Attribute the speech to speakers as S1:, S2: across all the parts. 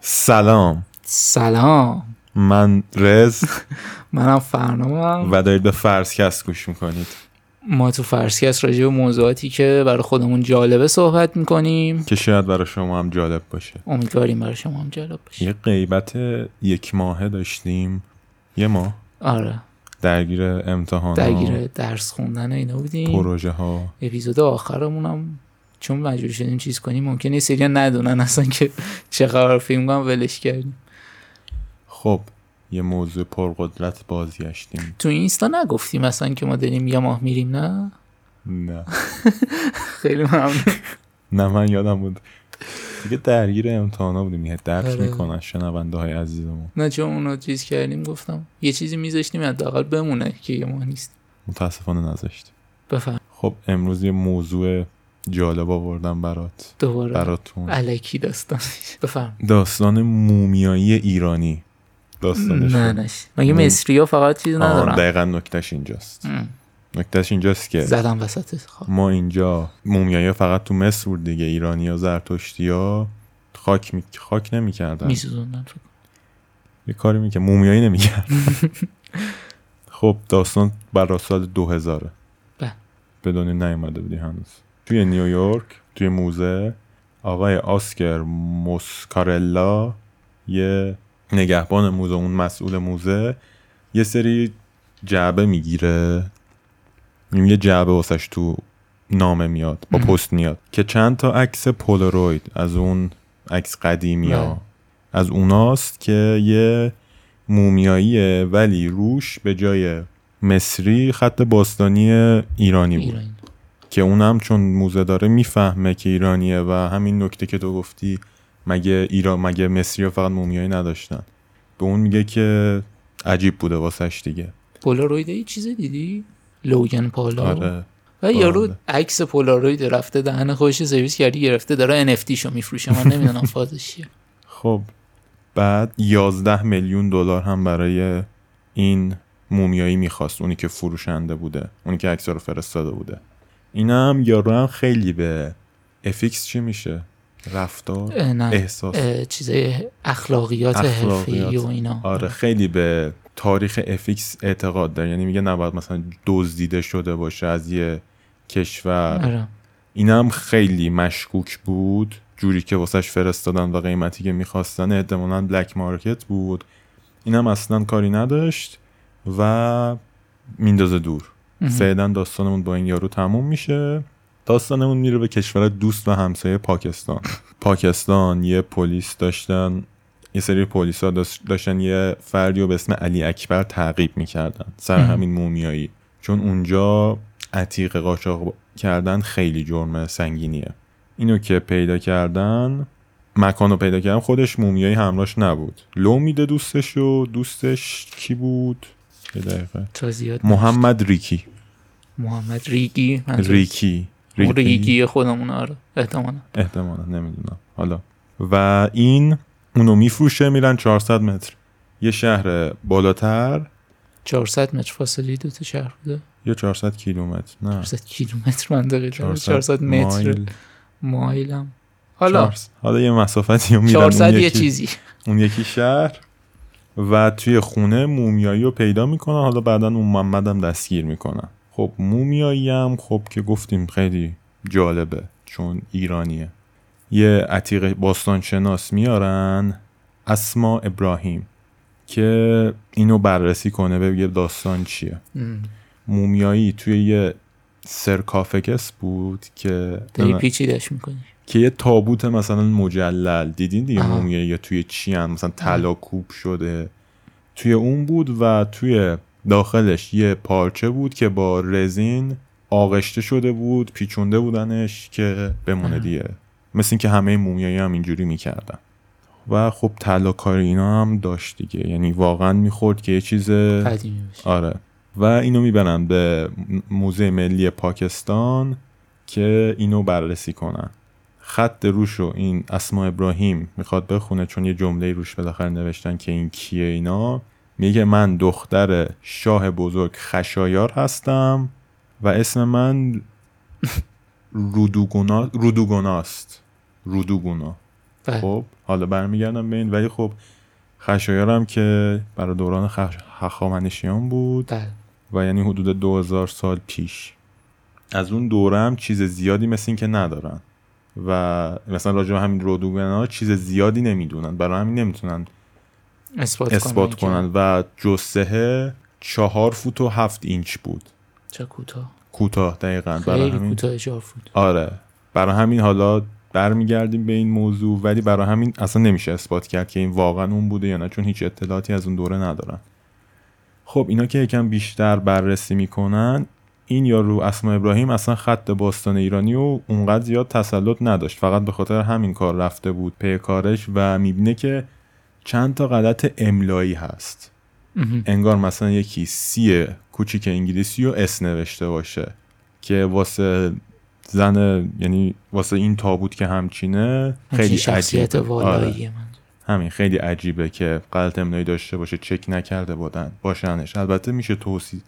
S1: سلام
S2: سلام
S1: من رز
S2: منم فرنامم
S1: و دارید به فرسکست گوش میکنید
S2: ما تو فرسکست راجع به موضوعاتی که برای خودمون جالبه صحبت میکنیم
S1: که شاید برای شما هم جالب باشه
S2: امیدواریم برای شما هم جالب باشه
S1: یه غیبت یک ماهه داشتیم یه ماه
S2: آره
S1: درگیر امتحان
S2: درگیر درس خوندن و اینا بودیم
S1: پروژه ها
S2: اپیزود آخرمونم چون مجبور شدیم چیز کنیم ممکنه یه سری ندونن اصلا که چه خبر فیلم کنم ولش کردیم
S1: خب یه موضوع پرقدرت بازگشتیم
S2: تو اینستا نگفتیم اصلا که ما داریم یه ماه میریم نه
S1: نه
S2: خیلی ممنون
S1: نه من یادم بود دیگه درگیر امتحانا بودیم یه درک
S2: آره.
S1: میکنن شنونده های عزیزمون
S2: نه چون اونو چیز کردیم گفتم یه چیزی میذاشتیم حداقل بمونه که یه ماه نیست
S1: متاسفانه نذاشتیم
S2: بفهم
S1: خب امروز یه موضوع جالب آوردم برات
S2: دوباره
S1: براتون
S2: علکی داستان بفهم
S1: داستان مومیایی ایرانی داستانش
S2: نه
S1: رو-
S2: نه مگه
S1: مم. آره.
S2: مصری ها فقط چیز
S1: آه،
S2: ندارن
S1: دقیقا نکتش اینجاست
S2: مم.
S1: نکتش اینجاست که
S2: زدم وسط خب
S1: ما اینجا مومیایی ها فقط تو مصر بود دیگه ایرانی ها زرتشتی ها خاک, می... خاک نمیکردن
S2: میسوزوندن فکر کنم.
S1: یه کاری می که مومیایی نمیکرد خب داستان برا سال 2000
S2: بله.
S1: به دنیا نیومده بودی هنوز توی نیویورک توی موزه آقای آسکر موسکارلا یه نگهبان موزه اون مسئول موزه یه سری جعبه میگیره یعنی یه جعبه واسش تو نامه میاد با
S2: مهم.
S1: پست میاد که چند تا عکس پولروید از اون عکس قدیمی
S2: بله.
S1: ها از اوناست که یه مومیاییه ولی روش به جای مصری خط باستانی ایرانی بود
S2: ایران
S1: که اونم چون موزه داره میفهمه که ایرانیه و همین نکته که تو گفتی مگه ایران مگه مصری ها فقط مومیایی نداشتن به اون میگه که عجیب بوده واسش دیگه
S2: پولاروید یه چیز دیدی لوگن پالا
S1: آره
S2: و یارو
S1: بله.
S2: عکس پولاروید رفته دهن خودش سرویس کردی گرفته داره NFT شو میفروشه من نمیدونم فازش چیه
S1: خب بعد 11 میلیون دلار هم برای این مومیایی میخواست اونی که فروشنده بوده اونی که عکس رو فرستاده بوده اینم یارو هم خیلی به افیکس چی میشه رفتار
S2: اه، نه
S1: احساس
S2: اه، چیزای اخلاقیات
S1: اخلاقیات.
S2: حرفه‌ای و اینا
S1: آره خیلی به تاریخ افیکس اعتقاد داره یعنی میگه نباید مثلا دزدیده شده باشه از یه کشور
S2: آره
S1: اینم خیلی مشکوک بود جوری که واسش فرستادن و قیمتی که میخواستن احتمالا بلک مارکت بود اینم اصلا کاری نداشت و میندازه دور
S2: مهم.
S1: فعلا داستانمون با این یارو تموم میشه داستانمون میره به کشور دوست و همسایه پاکستان پاکستان یه پلیس داشتن یه سری پلیس ها داشتن یه فردی رو به اسم علی اکبر تعقیب میکردن سر
S2: مهم.
S1: همین مومیایی چون اونجا عتیق قاچاق کردن خیلی جرم سنگینیه اینو که پیدا کردن مکان رو پیدا کردن خودش مومیایی همراش نبود لو میده دوستش و دوستش کی بود یه دقیقه
S2: تا زیاد
S1: محمد ریکی
S2: محمد ریگی منظور.
S1: ریکی
S2: اون ریگی خودمون آره احتمالا
S1: احتمالا نمیدونم حالا و این اونو میفروشه میرن 400 متر یه شهر بالاتر
S2: 400 متر فاصله دو تا شهر بوده
S1: یا 400 کیلومتر نه
S2: 400 کیلومتر منطقه داره 400 متر
S1: مایل.
S2: مایلم حالا
S1: 400 حالا یه مسافتی رو میرن اون
S2: 400 یه
S1: یکی-
S2: چیزی
S1: اون یکی شهر و توی خونه مومیایی رو پیدا میکنن حالا بعدا اون محمد هم دستگیر میکنن خب مومیایی هم خب که گفتیم خیلی جالبه چون ایرانیه یه عتیق باستانشناس میارن اسما ابراهیم که اینو بررسی کنه بگه داستان چیه
S2: ام.
S1: مومیایی توی یه سرکافکس بود که
S2: داری پیچیدش میکنی
S1: که یه تابوت مثلا مجلل دیدین دیگه
S2: آها.
S1: مومیایی یا توی چی هم مثلا طلا کوب شده توی اون بود و توی داخلش یه پارچه بود که با رزین آغشته شده بود پیچونده بودنش که بمونه
S2: آها.
S1: دیگه مثل اینکه همه مومیایی هم اینجوری میکردن و خب طلا کار اینا هم داشت دیگه یعنی واقعا میخورد که یه چیز
S2: قدیمی باشه
S1: آره و اینو میبرن به موزه ملی پاکستان که اینو بررسی کنن خط روش رو این اسما ابراهیم میخواد بخونه چون یه جمله روش بالاخره نوشتن که این کیه اینا میگه من دختر شاه بزرگ خشایار هستم و اسم من رودوگونا رودوگوناست رودوگونا
S2: بله.
S1: خب حالا برمیگردم به این ولی خب خشایارم که برای دوران خش... هخامنشیان بود
S2: بله
S1: و یعنی حدود 2000 سال پیش از اون دوره هم چیز زیادی مثل این که ندارن و مثلا راجع به همین رودوگنا چیز زیادی نمیدونن برای همین نمیتونن
S2: اثبات,
S1: اثبات
S2: که
S1: کنن و جسه چهار فوت و هفت اینچ بود
S2: چه کوتاه
S1: کوتاه دقیقا برای
S2: خیلی
S1: بله، همین
S2: کوتاه چهار فوت
S1: آره برای همین حالا برمیگردیم به این موضوع ولی برای همین اصلا نمیشه اثبات کرد که این واقعا اون بوده یا نه چون هیچ اطلاعاتی از اون دوره ندارن خب اینا که یکم بیشتر بررسی میکنن این یارو اسما ابراهیم اصلا خط باستان ایرانی و اونقدر زیاد تسلط نداشت فقط به خاطر همین کار رفته بود پی کارش و میبینه که چند تا غلط املایی هست
S2: مهم.
S1: انگار مثلا یکی سی کوچیک انگلیسی و اس نوشته باشه که واسه زن یعنی واسه این تابوت که همچینه خیلی
S2: همچین شخصیت
S1: عجیبه. آره.
S2: والایی من
S1: همین خیلی عجیبه که غلط املایی داشته باشه چک نکرده بودن باشنش البته میشه توصی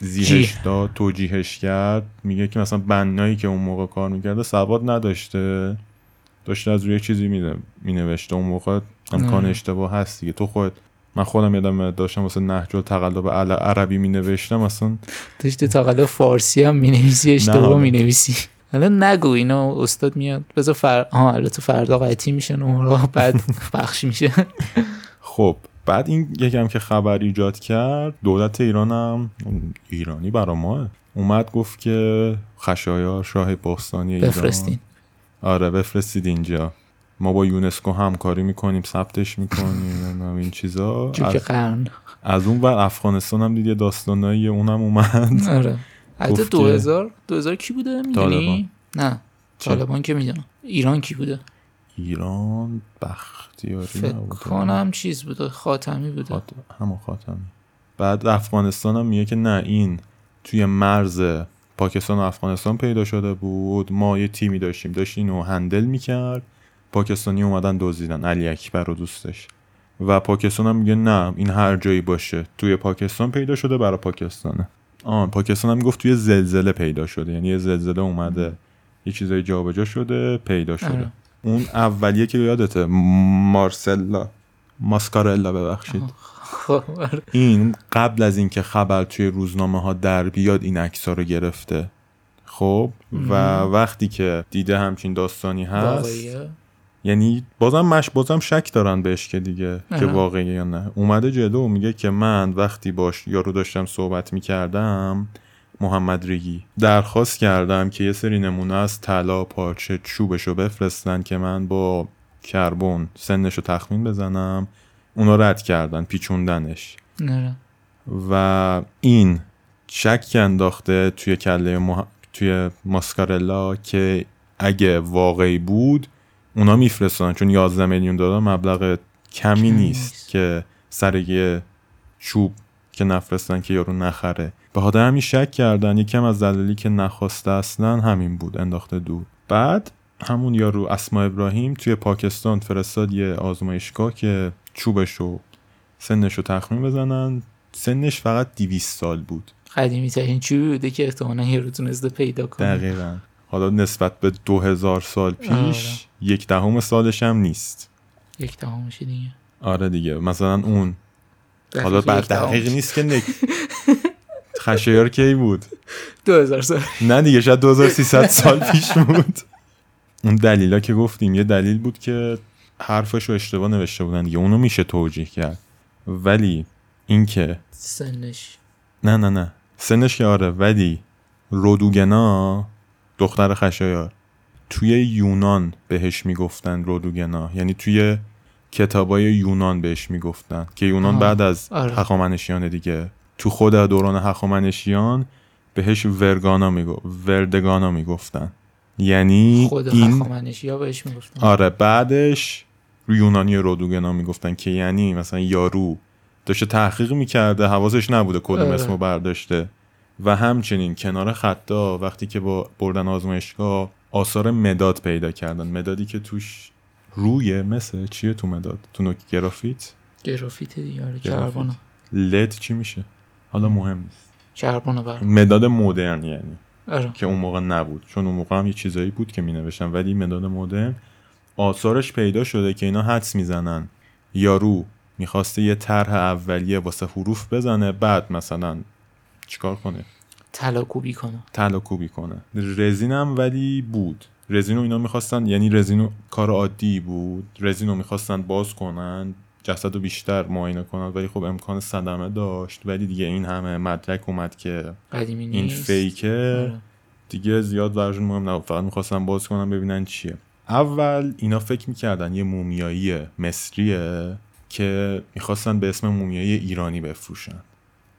S1: توضیحش
S2: جیه.
S1: داد توجیهش کرد میگه که مثلا بنایی که اون موقع کار میکرده سواد نداشته داشته از روی یه چیزی می مینوشته اون موقع امکان
S2: نه.
S1: اشتباه هست دیگه تو خود من خودم یادم داشتم واسه نهج التقلب عل- عربی می نوشتم اصلا
S2: داشتی تا قبل فارسی هم مینویسی اشتباه
S1: حالا.
S2: مینویسی الان نگو اینا استاد میاد بذار فر... ها البته فردا قطعی میشه نمره بعد بخش میشه
S1: خب بعد این یکم که خبر ایجاد کرد دولت ایران هم ایرانی برا ما اومد گفت که خشایار شاه باستانی ایران
S2: بفرستین
S1: آره بفرستید اینجا ما با یونسکو همکاری میکنیم ثبتش میکنیم نمیدونم این چیزا
S2: جوک
S1: از,
S2: قرن
S1: از اون ور افغانستان هم دید یه داستانایی اونم اومد
S2: آره البته
S1: گفت که-
S2: 2000 2000 کی بوده میدونی
S1: طالبان.
S2: نه
S1: چه؟
S2: طالبان که میدونم ایران کی بوده
S1: ایران بختیاری
S2: فکر
S1: نبوده.
S2: کنم چیز بوده خاتمی بوده
S1: خات... همون خاتمی بعد افغانستان هم میگه که نه این توی مرز پاکستان و افغانستان پیدا شده بود ما یه تیمی داشتیم داشت اینو هندل میکرد پاکستانی اومدن دزدیدن علی اکبر و دوستش و پاکستان هم میگه نه این هر جایی باشه توی پاکستان پیدا شده برای پاکستانه آن پاکستان هم گفت توی زلزله پیدا شده یعنی یه زلزله اومده یه چیزای جابجا شده پیدا شده
S2: آره.
S1: اون اولیه که یادته مارسلا ماسکارلا ببخشید
S2: خب آره.
S1: این قبل از اینکه خبر توی روزنامه ها در بیاد این عکس رو گرفته خب و وقتی که دیده همچین داستانی هست
S2: واقعیه
S1: یعنی بازم مش بازم شک دارن بهش که دیگه
S2: آها.
S1: که واقعی یا نه اومده جلو میگه که من وقتی باش یارو داشتم صحبت میکردم محمد ریگی درخواست کردم که یه سری نمونه از طلا پارچه چوبشو بفرستن که من با کربن سنشو تخمین بزنم اونا رد کردن پیچوندنش
S2: آره.
S1: و این شک انداخته توی کله مح... توی ماسکارلا که اگه واقعی بود اونا میفرستن چون 11 میلیون دلار مبلغ کمی
S2: کمی
S1: نیست
S2: نیست.
S1: که سر یه چوب که نفرستن که یارو نخره به خاطر همین شک کردن یکم از دلایلی که نخواسته اصلا همین بود انداخته دور بعد همون یارو اسما ابراهیم توی پاکستان فرستاد یه آزمایشگاه که چوبش رو سنش رو تخمین بزنن سنش فقط 200 سال بود
S2: قدیمی ترین چیزی بوده که احتمالا یه رو تونسته پیدا کنه
S1: دقیقا حالا نسبت به 2000 سال پیش یک دهم سالش هم نیست
S2: یک تمامشه دیگه
S1: آره دیگه مثلا اون حالا
S2: دقیق
S1: بعد
S2: یک تمام.
S1: دقیق نیست که نک... خشایار کی بود
S2: 2000 سال
S1: نه دیگه شاید 2300 سال پیش بود اون دلیلا که گفتیم یه دلیل بود که حرفش رو اشتباه نوشته بودن دیگه اونو میشه توجیه کرد ولی اینکه
S2: سنش
S1: نه نه نه سنش که آره ولی رودوگنا دختر خشایار توی یونان بهش میگفتن رودوگنا یعنی توی کتابای یونان بهش میگفتن که یونان
S2: آها.
S1: بعد از
S2: آره.
S1: هخامنشیان دیگه تو خود دوران هخامنشیان بهش ورگانا میگو وردگانا میگفتن یعنی
S2: خود
S1: این
S2: هخامنشی ها بهش میگفتن
S1: آره بعدش رو یونانی رودوگنا میگفتن که یعنی مثلا یارو داشته تحقیق میکرده حواسش نبوده کدوم
S2: آره.
S1: اسمو برداشته و همچنین کنار خطا وقتی که با بردن آزمایشگاه آثار مداد پیدا کردن مدادی که توش روی مثل چیه تو مداد تو نوک گرافیت
S2: گرافیت دیگه آره، کربن
S1: لد چی میشه حالا مهم نیست
S2: کربن بر
S1: مداد مدرن یعنی
S2: آره
S1: که اون موقع نبود چون اون موقع هم یه چیزایی بود که می نوشتن ولی مداد مدرن آثارش پیدا شده که اینا حدس میزنن یارو میخواسته یه طرح اولیه واسه حروف بزنه بعد مثلا چیکار کنه
S2: طلا کوبی کنه
S1: تلاکوبی کنه رزینم ولی بود رزین رو اینا میخواستن یعنی رزین رو- کار عادی بود رزین رو میخواستن باز کنن جسد رو بیشتر معاینه کنن ولی خب امکان صدمه داشت ولی دیگه این همه مدرک اومد که
S2: قدیمی نیست
S1: این فیکه
S2: آره.
S1: دیگه زیاد براشون مهم نبود فقط میخواستن باز کنن ببینن چیه اول اینا فکر میکردن یه مومیایی مصریه که میخواستن به اسم مومیایی ایرانی بفروشن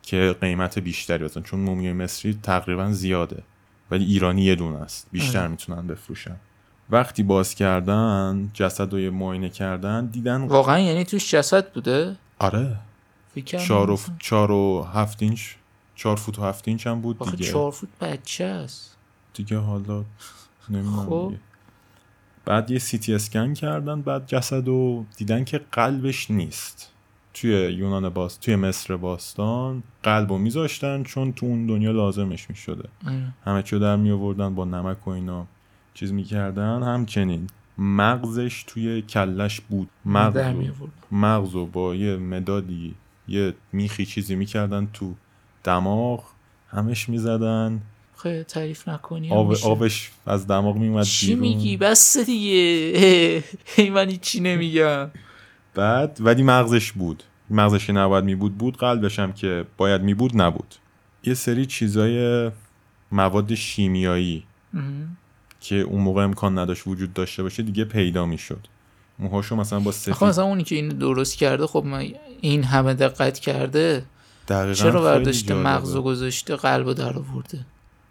S1: که قیمت بیشتری بزن چون مومیای مصری تقریبا زیاده ولی ایرانی یه دونه است بیشتر
S2: آره.
S1: میتونن بفروشن وقتی باز کردن جسد رو یه معاینه کردن دیدن
S2: واقعا یعنی توش جسد بوده
S1: آره
S2: فکر کردم
S1: چهار و,
S2: مثلا.
S1: چهار و هفت اینچ چهار فوت و هفت اینچ هم بود
S2: آخه
S1: دیگه
S2: چهار فوت بچه است
S1: دیگه حالا نمیدونم
S2: خب.
S1: دیگه. بعد یه سی تی اسکن کردن بعد جسد رو دیدن که قلبش نیست توی یونان باست توی مصر باستان قلب رو میذاشتن چون تو اون دنیا لازمش میشده
S2: آره.
S1: همه چی رو در میآوردن با نمک و اینا چیز میکردن همچنین مغزش توی کلش بود مغز
S2: در
S1: رو-
S2: می آورد.
S1: مغز رو با یه مدادی یه میخی چیزی میکردن تو دماغ همش میزدن
S2: خیلی تعریف نکنی هم
S1: آب
S2: میشه.
S1: آبش از دماغ میومد
S2: چی
S1: بیرون.
S2: میگی بس دیگه اه، هی من هیچی نمیگم
S1: بعد ولی مغزش بود مغزش که نباید میبود بود قلبش هم که باید میبود نبود یه سری چیزای مواد شیمیایی
S2: مهم.
S1: که اون موقع امکان نداشت وجود داشته باشه دیگه پیدا میشد موهاشو مثلا با
S2: آخه
S1: سفید
S2: مثلا اونی که اینو درست کرده خب من این همه دقت کرده
S1: دقیقاً
S2: چرا
S1: خیلی
S2: برداشته
S1: جالبه.
S2: مغزو گذاشته قلبو در آورده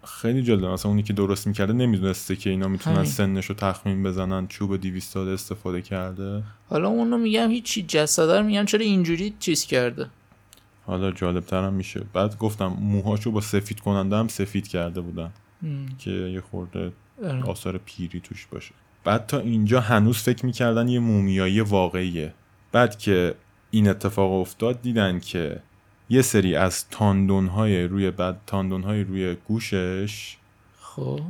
S1: خیلی جالبه مثلا اونی که درست میکرده نمیدونسته که اینا میتونن
S2: همین.
S1: سنش رو تخمین بزنن چوب 200 ساله استفاده کرده
S2: حالا اونو میگم هیچی جسده رو میگم چرا اینجوری چیز کرده
S1: حالا جالب هم میشه بعد گفتم موهاشو با سفید کننده هم سفید کرده بودن
S2: مم.
S1: که یه خورده
S2: آره.
S1: آثار پیری توش باشه بعد تا اینجا هنوز فکر میکردن یه مومیایی واقعیه بعد که این اتفاق افتاد دیدن که یه سری از تاندون های روی بعد تاندون های روی گوشش
S2: خب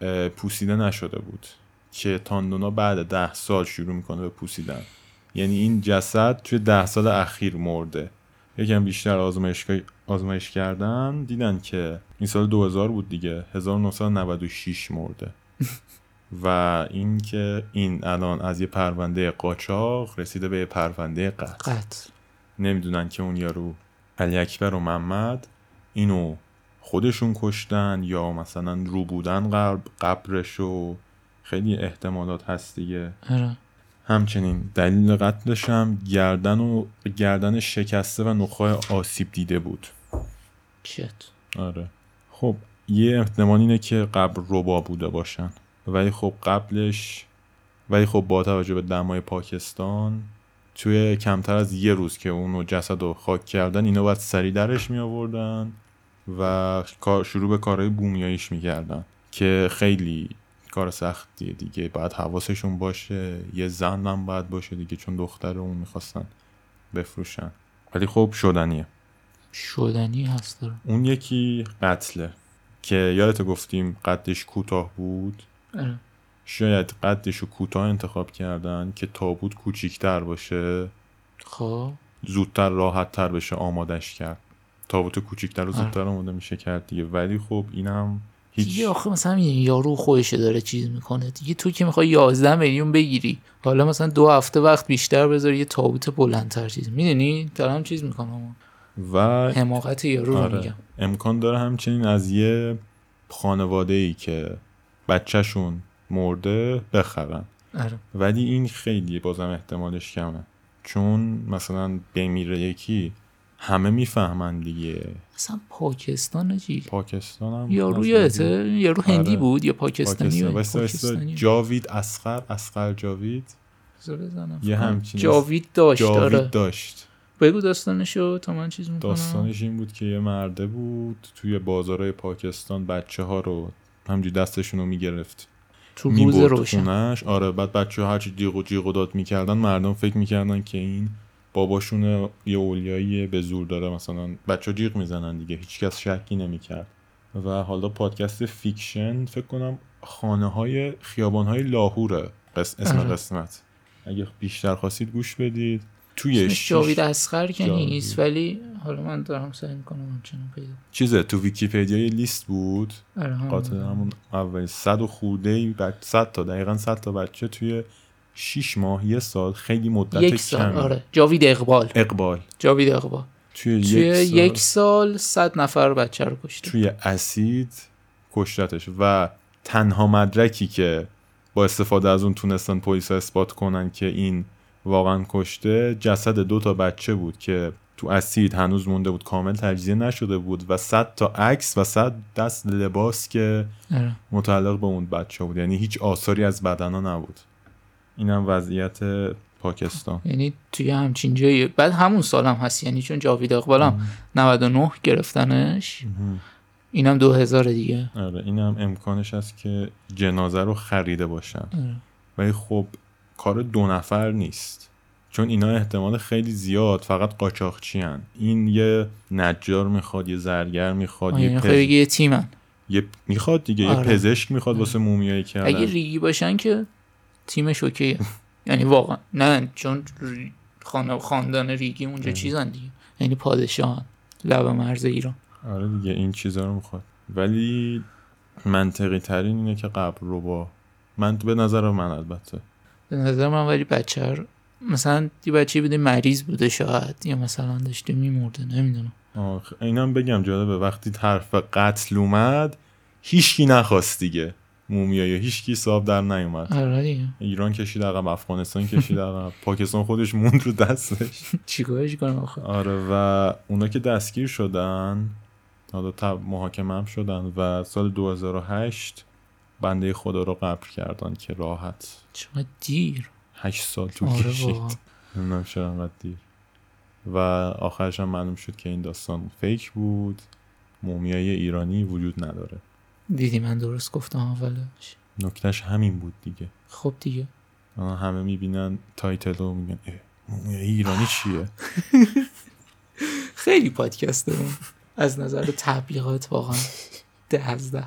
S1: اه، پوسیده نشده بود که تاندونا بعد ده سال شروع میکنه به پوسیدن یعنی این جسد توی ده سال اخیر مرده یکم بیشتر آزمایش, آزمایش کردن دیدن که این سال 2000 بود دیگه 1996 مرده و این که این الان از یه پرونده قاچاق رسیده به یه پرونده قتل
S2: قتل
S1: نمیدونن که اون یارو علی اکبر و محمد اینو خودشون کشتن یا مثلا رو بودن قبر قبرش و خیلی احتمالات هست دیگه
S2: آره.
S1: همچنین دلیل قتلش هم گردن و گردن شکسته و نخواه آسیب دیده بود
S2: چت
S1: آره خب یه احتمال اینه که قبر ربا بوده باشن ولی خب قبلش ولی خب با توجه به دمای پاکستان توی کمتر از یه روز که اونو جسد رو خاک کردن اینا باید سری درش می آوردن و کار- شروع به کارهای بومیاییش میکردن که خیلی کار سختیه دیگه باید حواسشون باشه یه زن هم باید باشه دیگه چون دختر اون میخواستن بفروشن ولی خب شدنیه
S2: شدنی هست داره
S1: اون یکی قتله که یادت گفتیم قدش کوتاه بود
S2: آره.
S1: شاید قدش رو کوتاه انتخاب کردن که تابوت کوچیکتر باشه
S2: خب
S1: زودتر راحتتر بشه آمادش کرد تابوت کوچیکتر رو
S2: آره.
S1: زودتر آماده میشه کرد دیگه ولی خب اینم هیچ
S2: دیگه آخه مثلا می‌دونی یارو خودشه داره چیز میکنه دیگه تو که میخوای 11 میلیون بگیری حالا مثلا دو هفته وقت بیشتر بذاری یه تابوت بلندتر چیز میدونی دارم چیز میکنم
S1: و
S2: حماقت یارو رو
S1: آره.
S2: میگم
S1: امکان داره همچنین از یه خانواده ای که بچهشون مرده بخرن
S2: آره
S1: ولی این خیلی بازم احتمالش کمه چون مثلا بمیره یکی همه میفهمن دیگه
S2: مثلا پاکستان چی
S1: پاکستان هم
S2: یارو
S1: از-
S2: یادته یارو هندی
S1: آره.
S2: بود یا پاکستانی
S1: پاکستان
S2: بود
S1: وایسا، وایسا.
S2: پاکستانی بود.
S1: جاوید اسخر اسخر جاوید
S2: بذار بزنم
S1: یه
S2: فکر کنم.
S1: همچین
S2: جاوید داشت
S1: جاوید
S2: آره
S1: داشت
S2: بگو داستانشو تا من چیز میکنم
S1: داستانش این بود که یه مرده بود توی بازارهای پاکستان بچه ها رو همجوری دستشون رو میگرفت
S2: تو روز
S1: میبرد
S2: روشن
S1: خونش آره بعد بچه ها هرچی جیغ و جیغ و داد میکردن مردم فکر میکردن که این باباشون یه اولیایی به زور داره مثلا بچه ها جیغ میزنن دیگه هیچکس شکی نمیکرد و حالا پادکست فیکشن فکر کنم خانه های خیابان های لاهوره قس... اسم
S2: آره.
S1: قسمت اگه بیشتر خواستید گوش بدید توی
S2: اسمش
S1: شیش-
S2: جاوید اسخر که
S1: جاوید.
S2: نیست ولی حالا من دارم سعی میکنم همچنان پیدا
S1: چیزه تو ویکیپدیا یه لیست بود
S2: آره هم.
S1: قاطع همون اول صد و خورده بعد صد تا دقیقا صد تا بچه توی شیش ماه یه سال خیلی مدت
S2: یک سال
S1: کمی.
S2: آره جاوید اقبال
S1: اقبال
S2: جاوید اقبال
S1: توی,
S2: توی
S1: یک, سال
S2: یک سال صد نفر بچه رو کشته
S1: توی اسید کشتتش و تنها مدرکی که با استفاده از اون تونستن پلیس اثبات کنن که این واقعا کشته جسد دو تا بچه بود که تو اسید هنوز مونده بود کامل تجزیه نشده بود و صد تا عکس و صد دست لباس که
S2: آره.
S1: متعلق به اون بچه بود یعنی هیچ آثاری از بدنا نبود اینم وضعیت پاکستان
S2: یعنی توی همچین جایی بعد همون سالم هست یعنی چون جاوید اقبالم 99 گرفتنش اینم 2000 دیگه
S1: آره این هم امکانش هست که جنازه رو خریده باشن
S2: آره.
S1: ولی خب کار دو نفر نیست چون اینا احتمال خیلی زیاد فقط قاچاقچی هن. این یه نجار میخواد یه زرگر میخواد
S2: آه،
S1: خب، یه,
S2: یعنی
S1: پز...
S2: خیلی یه تیمن
S1: یه میخواد دیگه یه
S2: آره.
S1: پزشک میخواد واسه مومیایی
S2: اگه
S1: کردن
S2: ریگی باشن که تیمش اوکیه یعنی واقعا نه چون ری- خانه خاندان ریگی اونجا چیزن دیگه یعنی پادشاهان لب مرز ایران
S1: آره دیگه این چیزا رو میخواد ولی منطقی ترین اینه که قبر رو با من به نظر من البته
S2: به نظر من ولی بچه رو مثلا یه بچه بوده مریض بوده شاید یا مثلا داشته میمورده نمیدونم
S1: آخ اینم بگم جالبه وقتی حرف قتل اومد هیچکی نخواست دیگه مومیایی هیچکی صاحب در نیومد
S2: آره دیگه
S1: ایران کشید عقب افغانستان کشید عقب پاکستان خودش موند رو دستش
S2: چیکارش کنم آخه
S1: آره و اونا که دستگیر شدن حالا تب محاکمه هم شدن و سال 2008 بنده خدا رو قبر کردن که راحت
S2: چقدر دیر
S1: 8 سال طول
S2: آره
S1: کشید
S2: واقعا
S1: نمیدونم چرا انقدر دیر و آخرش هم معلوم شد که این داستان فیک بود مومیای ایرانی وجود نداره
S2: دیدی من درست گفتم اولش
S1: نکتهش همین بود دیگه
S2: خب دیگه
S1: آنها همه میبینن تایتل رو میگن اه، مومیای ایرانی چیه
S2: خیلی پادکست دارم از نظر تبلیغات واقعا ده از ده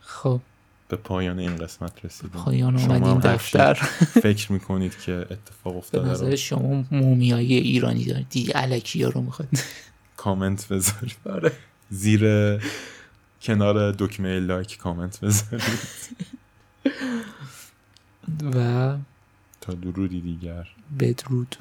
S2: خب
S1: به پایان این قسمت رسیدیم
S2: پایان
S1: شما هم
S2: اومدیم
S1: هر
S2: دفتر
S1: چی فکر میکنید که اتفاق
S2: به
S1: افتاده رو
S2: نظر شما مومیایی ایرانی دارید دیدی علکی ها رو میخواد
S1: کامنت بذارید
S2: آره
S1: زیر کنار دکمه لایک کامنت بذارید
S2: و
S1: تا درودی دیگر
S2: بدرود